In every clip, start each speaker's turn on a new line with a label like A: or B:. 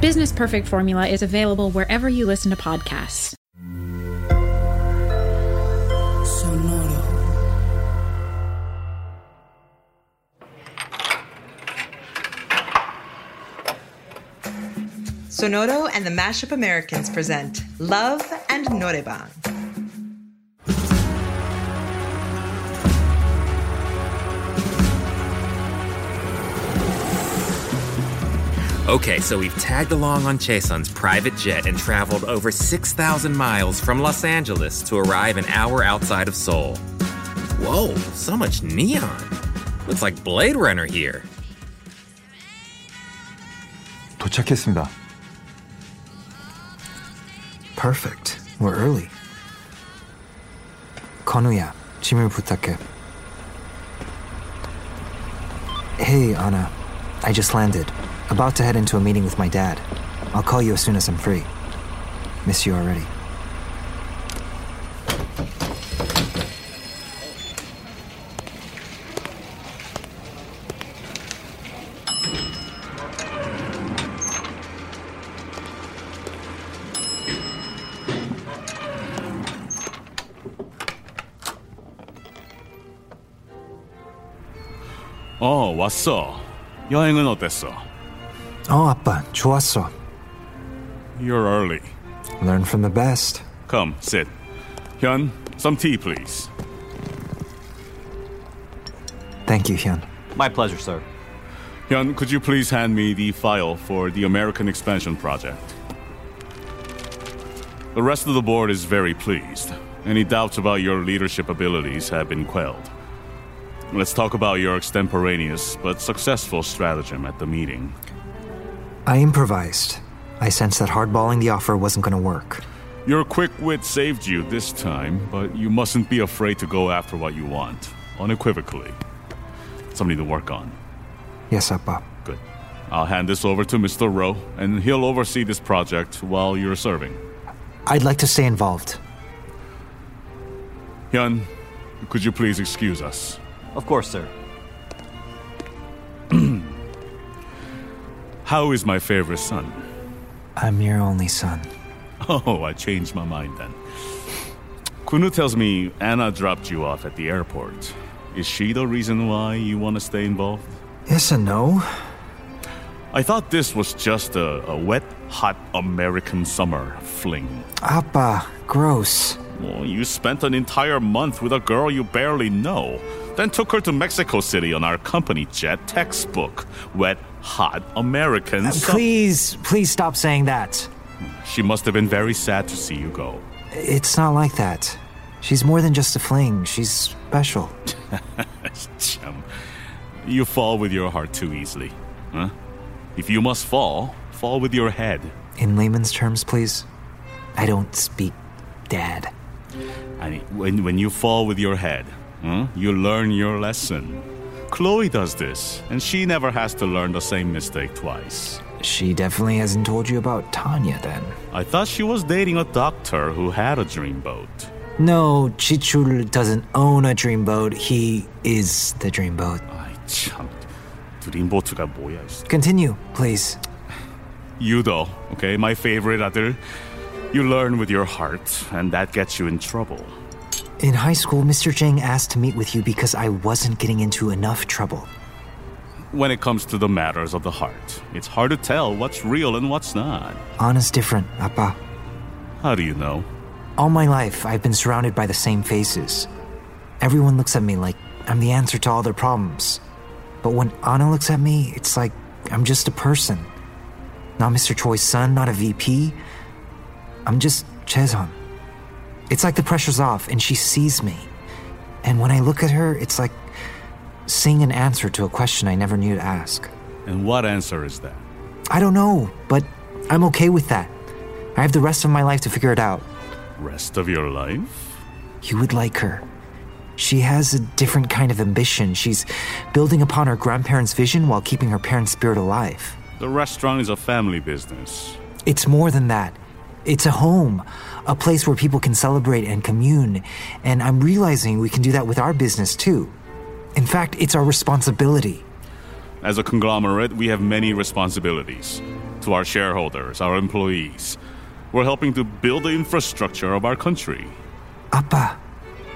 A: Business Perfect Formula is available wherever you listen to podcasts.
B: Sonoro and the Mashup Americans present Love and Noreban.
C: Okay, so we've tagged along on Chasun's private jet and traveled over 6,000 miles from Los Angeles to arrive an hour outside of Seoul. Whoa, so much neon. Looks like Blade Runner here.
D: 도착했습니다.
E: Perfect. We're early.
D: 건우야, 짐을 부탁해.
E: Hey, Anna. I just landed. About to head into a meeting with my dad. I'll call you as soon as I'm free. Miss you already.
F: 어, 왔어. 여행은 어땠어?
E: Oh, 아빠, 좋았어.
F: You're early.
E: Learn from the best.
F: Come, sit. Hyun, some tea, please.
E: Thank you, Hyun.
G: My pleasure, sir.
F: Hyun, could you please hand me the file for the American expansion project? The rest of the board is very pleased. Any doubts about your leadership abilities have been quelled. Let's talk about your extemporaneous but successful stratagem at the meeting.
E: I improvised. I sensed that hardballing the offer wasn't going to work.
F: Your quick wit saved you this time, but you mustn't be afraid to go after what you want, unequivocally. Something to work on.
E: Yes, Appa.
F: Good. I'll hand this over to Mr. Rowe, and he'll oversee this project while you're serving.
E: I'd like to stay involved.
F: Hyun, could you please excuse us?
G: Of course, sir.
F: How is my favorite son?
E: I'm your only son.
F: Oh, I changed my mind then. Kunu tells me Anna dropped you off at the airport. Is she the reason why you want to stay involved?
E: Yes and no.
F: I thought this was just a, a wet, hot American summer fling.
E: Appa, gross.
F: Well, you spent an entire month with a girl you barely know, then took her to Mexico City on our company jet textbook. Wet, hot American. sum-
E: Uh, Please, please stop saying that.
F: She must have been very sad to see you go.
E: It's not like that. She's more than just a fling, she's special.
F: Chum. You fall with your heart too easily. Huh? If you must fall, fall with your head.
E: In layman's terms, please. I don't speak dad.
F: I mean, when, when you fall with your head, huh, you learn your lesson. Chloe does this, and she never has to learn the same mistake twice.
E: She definitely hasn't told you about Tanya then.
F: I thought she was dating a doctor who had a dreamboat.
E: No, Chichul doesn't own a dreamboat. He is the dreamboat.
F: I chum. 드림보트가 뭐야? 이 새-
E: Continue, please.
F: You though, okay, my favorite other. You learn with your heart, and that gets you in trouble.
E: In high school, Mr. Jang asked to meet with you because I wasn't getting into enough trouble.
F: When it comes to the matters of the heart, it's hard to tell what's real and what's not.
E: Anna's different, Appa.
F: How do you know?
E: All my life, I've been surrounded by the same faces. Everyone looks at me like I'm the answer to all their problems. But when Anna looks at me, it's like I'm just a person. Not Mr. Choi's son, not a VP. I'm just Chezon. It's like the pressure's off and she sees me. And when I look at her, it's like seeing an answer to a question I never knew to ask.
F: And what answer is that?
E: I don't know, but I'm okay with that. I have the rest of my life to figure it out.
F: rest of your life?
E: You would like her. She has a different kind of ambition. She's building upon her grandparents' vision while keeping her parents' spirit alive.
F: The restaurant is a family business.
E: It's more than that. It's a home, a place where people can celebrate and commune. And I'm realizing we can do that with our business too. In fact, it's our responsibility.
F: As a conglomerate, we have many responsibilities to our shareholders, our employees. We're helping to build the infrastructure of our country.
E: Appa,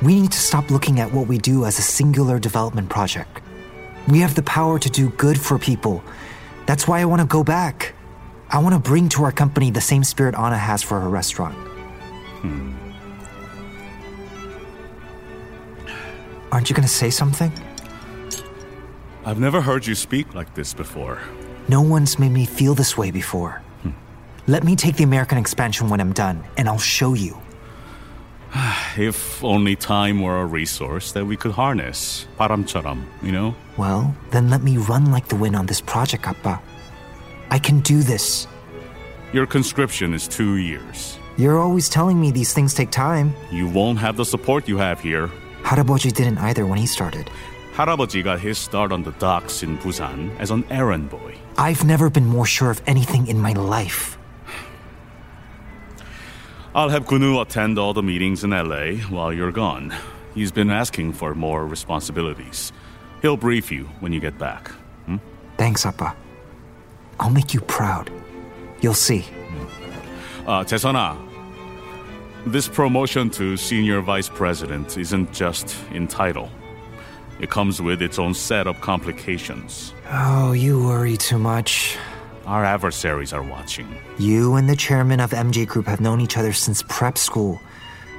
E: we need to stop looking at what we do as a singular development project. We have the power to do good for people. That's why I want to go back. I want to bring to our company the same spirit Anna has for her restaurant. Hmm. Aren't you going to say something?
F: I've never heard you speak like this before.
E: No one's made me feel this way before. Hmm. Let me take the American expansion when I'm done, and I'll show you.
F: If only time were a resource that we could harness. 바람처럼, you know?
E: Well, then let me run like the wind on this project, Appa. I can do this.
F: Your conscription is two years.
E: You're always telling me these things take time.
F: You won't have the support you have here.
E: Haraboji didn't either when he started.
F: Harabaji got his start on the docks in Busan as an errand boy.
E: I've never been more sure of anything in my life.
F: I'll have Kunu attend all the meetings in LA while you're gone. He's been asking for more responsibilities. He'll brief you when you get back.
E: Thanks, Appa. I'll make you proud. You'll see.
F: Uh, Tesana, this promotion to senior vice president isn't just in title. It comes with its own set of complications.
E: Oh, you worry too much.
F: Our adversaries are watching.
E: You and the chairman of MJ Group have known each other since prep school.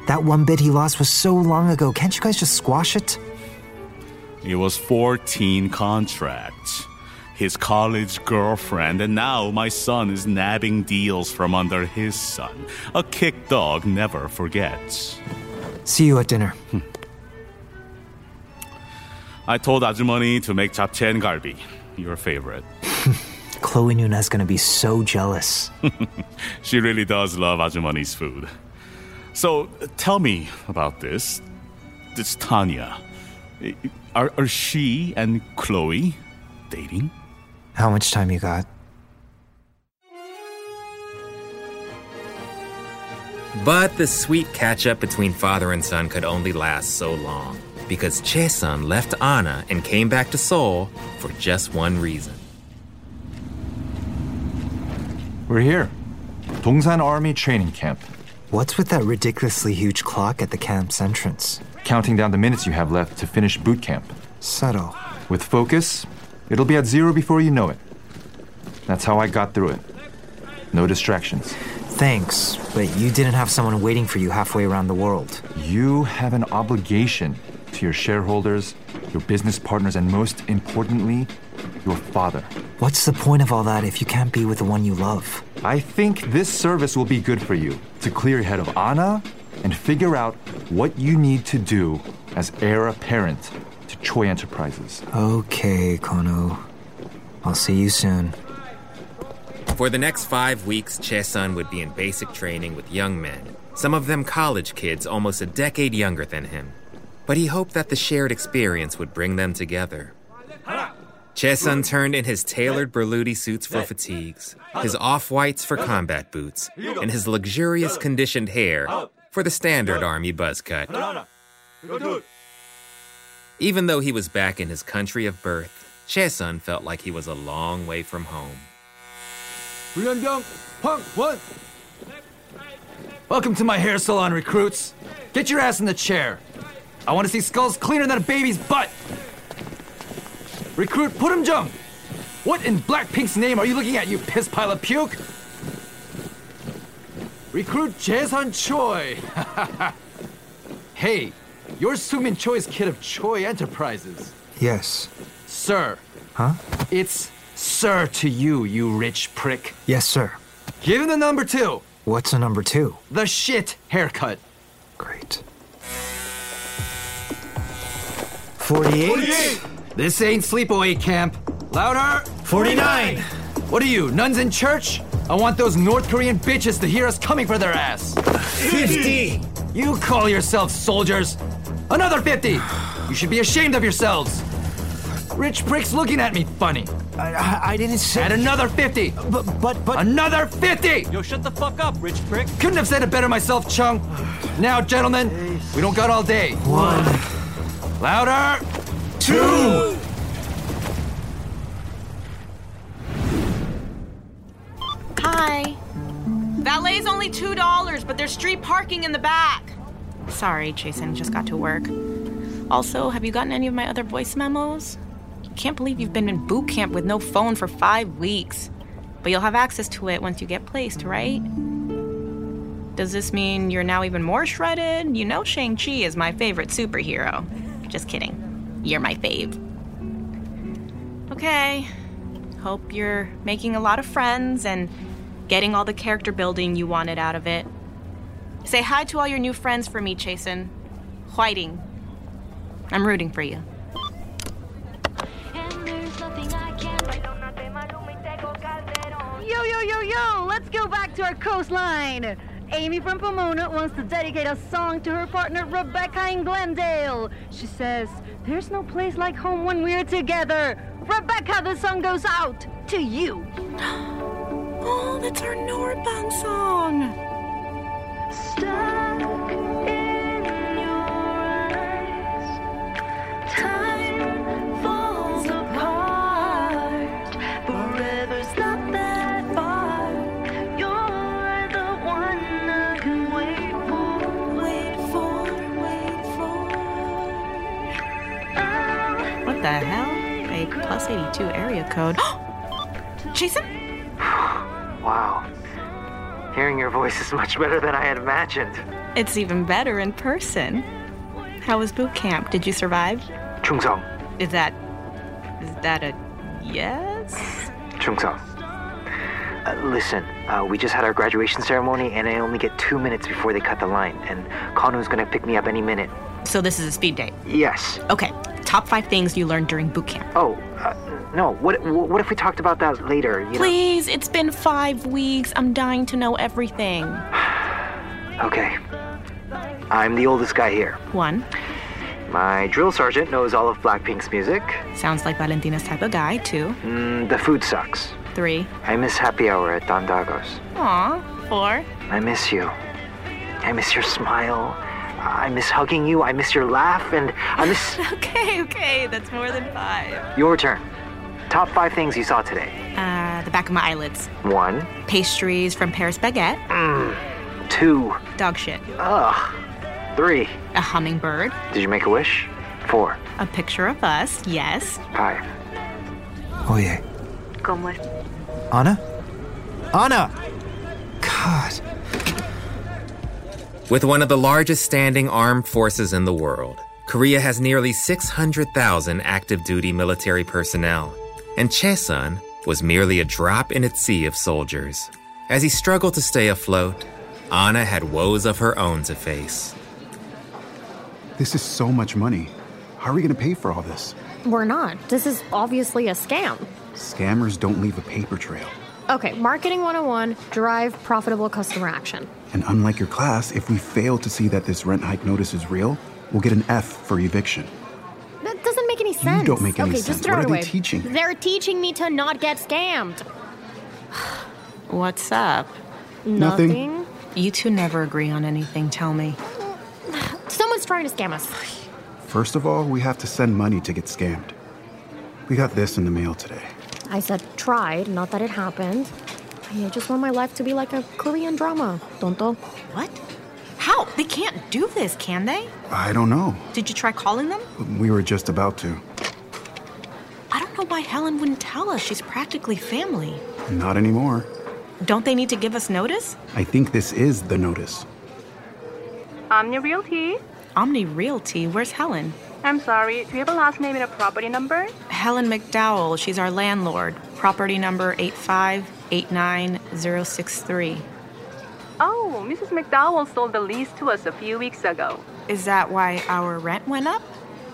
E: That one bid he lost was so long ago. Can't you guys just squash it?
F: It was 14 contracts. His college girlfriend, and now my son is nabbing deals from under his son. A kick dog never forgets.
E: See you at dinner.
F: I told Ajumani to make japchae and garbi, your favorite.
E: Chloe Nuna's gonna be so jealous.
F: She really does love Ajumani's food. So tell me about this. This Tanya. I- Are, are she and Chloe dating?
E: How much time you got?
C: But the sweet catch up between father and son could only last so long because Cheson left Anna and came back to Seoul for just one reason.
D: We're here. Dongsan Army Training Camp.
E: What's with that ridiculously huge clock at the camp's entrance?
D: Counting down the minutes you have left to finish boot camp.
E: Subtle.
D: With focus, it'll be at zero before you know it. That's how I got through it. No distractions.
E: Thanks, but you didn't have someone waiting for you halfway around the world.
D: You have an obligation to your shareholders, your business partners, and most importantly, your father.
E: What's the point of all that if you can't be with the one you love?
D: I think this service will be good for you to clear your head of Anna and figure out what you need to do as heir apparent to Choi Enterprises.
E: Okay, Kono. I'll see you soon.
C: For the next five weeks, Cheson would be in basic training with young men, some of them college kids almost a decade younger than him. But he hoped that the shared experience would bring them together. Cheson turned in his tailored Berluti suits for fatigues, his off whites for combat boots, and his luxurious conditioned hair for the standard army buzz cut. Even though he was back in his country of birth, Cheson felt like he was a long way from home.
G: Welcome to my hair salon, recruits. Get your ass in the chair. I want to see skulls cleaner than a baby's butt. Recruit Purimjung, what in Blackpink's name are you looking at, you piss pile of puke? Recruit Jason Choi. hey, you're Sumin Choi's kid of Choi Enterprises.
E: Yes.
G: Sir.
E: Huh?
G: It's sir to you, you rich prick.
E: Yes, sir.
G: Give him the number two,
E: What's a number two?
G: the shit haircut.
E: Great. 48?
G: This ain't sleepaway camp. Louder! 49! What are you, nuns in church? I want those North Korean bitches to hear us coming for their ass.
C: 50!
G: You call yourselves soldiers? Another 50! You should be ashamed of yourselves! Rich prick's looking at me funny.
E: I, I, I didn't say.
G: Add another 50!
E: but but but.
G: Another 50!
H: Yo, shut the fuck up, rich prick.
G: Couldn't have said it better myself, Chung. Now, gentlemen, we don't got all day.
E: One.
G: Louder!
I: Hi. Valet's only $2, but there's street parking in the back. Sorry, Jason, just got to work. Also, have you gotten any of my other voice memos? Can't believe you've been in boot camp with no phone for five weeks. But you'll have access to it once you get placed, right? Does this mean you're now even more shredded? You know Shang-Chi is my favorite superhero. Just kidding. You're my fave. Okay. Hope you're making a lot of friends and getting all the character building you wanted out of it. Say hi to all your new friends for me, Chasen. Whiting. I'm rooting for you.
J: Yo, yo, yo, yo! Let's go back to our coastline! Amy from Pomona wants to dedicate a song to her partner Rebecca in Glendale. She says, There's no place like home when we're together. Rebecca, the song goes out to you.
I: Oh, that's our Norbang song.
J: Stuck in your eyes, time falls apart. Forever's not that far. You're the one I can wait for, wait for, wait for. I'll
I: What the hell? A plus 82 area code. Jason?
E: Wow. Hearing your voice is much better than I had imagined.
I: It's even better in person. How was boot camp? Did you survive?
E: Chungsong,
I: Is that. Is that a. Yes?
E: Chungsong. Uh, listen, uh, we just had our graduation ceremony, and I only get two minutes before they cut the line. And Kanu's gonna pick me up any minute.
I: So this is a speed date.
E: Yes.
I: Okay. Top five things you learned during boot camp.
E: Oh, uh, no. What? What if we talked about that later? You
I: Please, it's been five weeks. I'm dying to know everything.
E: Know? Okay. I'm the oldest guy here.
I: One,
E: My drill sergeant knows all of Blackpink's music.
I: sounds like Valentina's type of guy. Two,
E: Mm, the food sucks.
I: three,
E: I miss happy hour at Dondago's.
I: aw, four.
E: I miss you. I miss your smile. I miss hugging you. I miss your laugh, and I miss
I: Okay, okay, that's more than five.
E: your turn. Top five things you saw today.
I: Uh, the back of my eyelids.
E: One, mm,
I: Pastries from Paris Baguette.
E: two,
I: Dog shit.
E: three.
I: A hummingbird.
E: Did you make a wish? Four,
I: A picture of us. Yes.
E: five. Oye. Anna? Anna! God.
C: With one of the largest standing armed forces in the world, Korea has nearly 600,000 active duty military personnel, and Cheson was merely a drop in its sea of soldiers. As he struggled to stay afloat, Anna had woes of her own to face.
K: This is so much money. How are we going to pay for all this?
L: We're not. This is obviously a scam.
K: Scammers don't leave a paper trail.
L: Okay, marketing 101 drive profitable customer action.
K: And unlike your class, if we fail to see that this rent hike notice is real, we'll get an F for eviction.
L: That doesn't make any sense.
K: don't make any
L: okay,
K: sense.
L: just throw
K: What
L: it
K: are they
L: away.
K: teaching?
L: They're teaching me to not get scammed.
I: What's up?
K: Nothing.
L: Nothing.
I: You two never agree on anything, tell me.
L: Someone's trying to scam us.
K: First of all, we have to send money to get scammed. We got this in the mail today.
L: I said tried, not that it happened. I just want my life to be like a Korean drama, tonto.
I: What? How? They can't do this, can they?
K: I don't know.
I: Did you try calling them?
K: We were just about to.
I: I don't know why Helen wouldn't tell us. She's practically family.
K: Not anymore.
I: Don't they need to give us notice?
K: I think this is the notice.
J: Omni Realty?
I: Omni Realty, where's Helen?
J: I'm sorry, do you have a last name and a property number?
I: Helen McDowell, she's our landlord. Property number 8589063.
J: Oh, Mrs. McDowell sold the lease to us a few weeks ago.
I: Is that why our rent went up?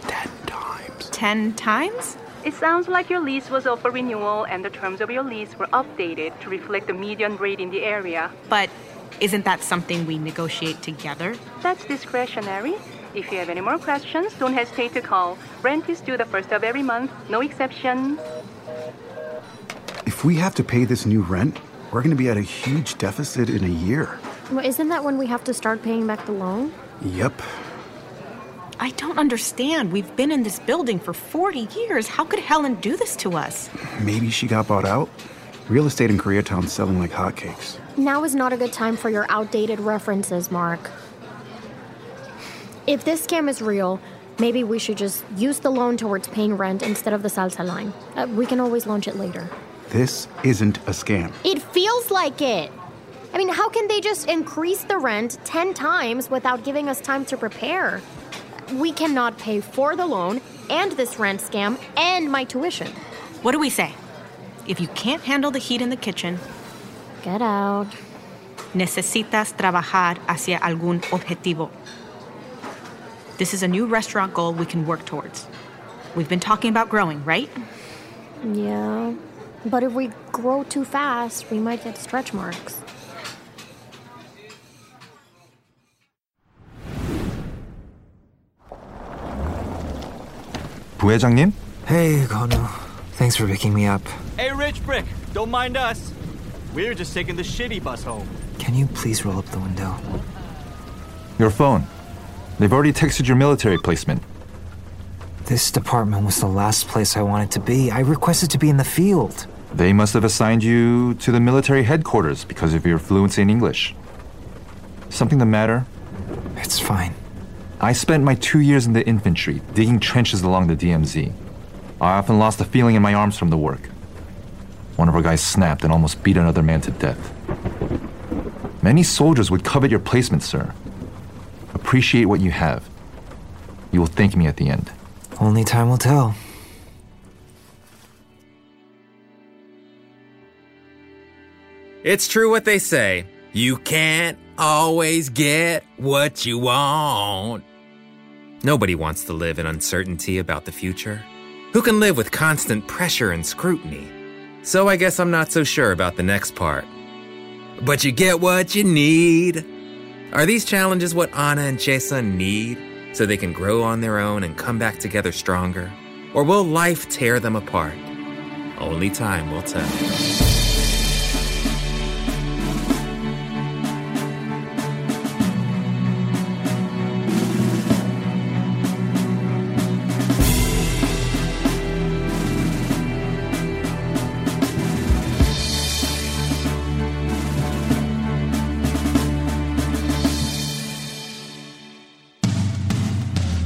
K: Ten times.
I: 10 times?
J: It sounds like your lease was up for renewal and the terms of your lease were updated to reflect the median rate in the area.
I: But Isn't that something we negotiate together?
J: That's discretionary. If you have any more questions, don't hesitate to call. Rent is due the first of every month, no exception.
K: If we have to pay this new rent, we're going to be at a huge deficit in a year.
L: Well, isn't that when we have to start paying back the loan?
K: Yep.
I: I don't understand. We've been in this building for 40 years. How could Helen do this to us?
K: Maybe she got bought out. Real estate in Koreatown's selling like hotcakes.
L: Now is not a good time for your outdated references, Mark. If this scam is real, maybe we should just use the loan towards paying rent instead of the salsa line. Uh, we can always launch it later.
K: This isn't a scam.
L: It feels like it. I mean, how can they just increase the rent 10 times without giving us time to prepare? We cannot pay for the loan and this rent scam and my tuition.
I: What do we say? If you can't handle the heat in the kitchen,
L: get out.
I: Necesitas trabajar hacia algún objetivo. This is a new restaurant goal we can work towards. We've been talking about growing, right?
L: Yeah. But if we grow too fast, we might get stretch marks.
D: 부회장님?
E: Hey, Kono. Thanks for picking me up.
H: Hey, Rich Brick, don't mind us. We're just taking the shitty bus home.
E: Can you please roll up the window?
D: Your phone. They've already texted your military placement.
E: This department was the last place I wanted to be. I requested to be in the field.
D: They must have assigned you to the military headquarters because of your fluency in English. Something the matter?
E: It's fine.
D: I spent my two years in the infantry, digging trenches along the DMZ. I often lost the feeling in my arms from the work. One of our guys snapped and almost beat another man to death. Many soldiers would covet your placement, sir. Appreciate what you have. You will thank me at the end.
E: Only time will tell.
C: It's true what they say. You can't always get what you want. Nobody wants to live in uncertainty about the future. Who can live with constant pressure and scrutiny? So I guess I'm not so sure about the next part. But you get what you need. Are these challenges what Anna and Jason need so they can grow on their own and come back together stronger? Or will life tear them apart? Only time will tell.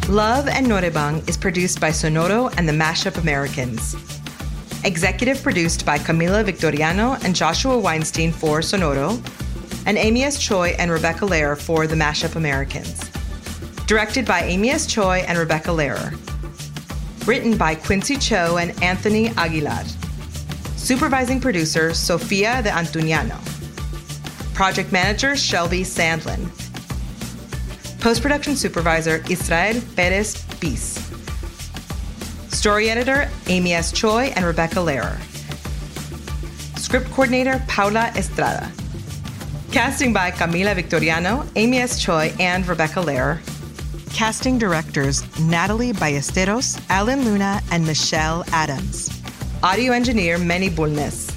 B: Love and Norebang is produced by Sonoro and the Mashup Americans. Executive produced by Camila Victoriano and Joshua Weinstein for Sonoro, and Amy S. Choi and Rebecca Lehrer for the Mashup Americans. Directed by Amy S. Choi and Rebecca Lehrer. Written by Quincy Cho and Anthony Aguilar. Supervising producer Sofia de Antuniano. Project manager Shelby Sandlin. Post production supervisor Israel Perez Bis. Story editor Amy S. Choi and Rebecca Lehrer. Script coordinator Paula Estrada. Casting by Camila Victoriano, Amy S. Choi, and Rebecca Lehrer. Casting directors Natalie Ballesteros, Alan Luna, and Michelle Adams. Audio engineer Manny Bulnes.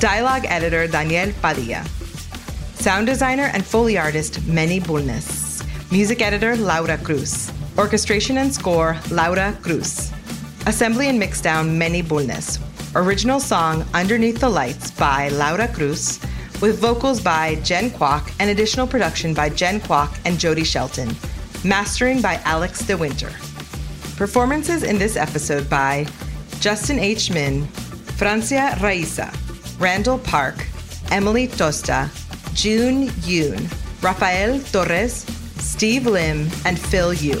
B: Dialogue editor Daniel Padilla. Sound designer and Foley artist Manny Bulnes. Music editor Laura Cruz. Orchestration and score Laura Cruz. Assembly and mixdown Many Bulnes. Original song Underneath the Lights by Laura Cruz, with vocals by Jen Kwok and additional production by Jen Kwok and Jody Shelton. Mastering by Alex De Winter. Performances in this episode by Justin H. Min, Francia Raiza, Randall Park, Emily Tosta, June Yoon, Rafael Torres, Steve Lim, and Phil Yu.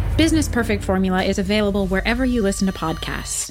A: Business Perfect Formula is available wherever you listen to podcasts.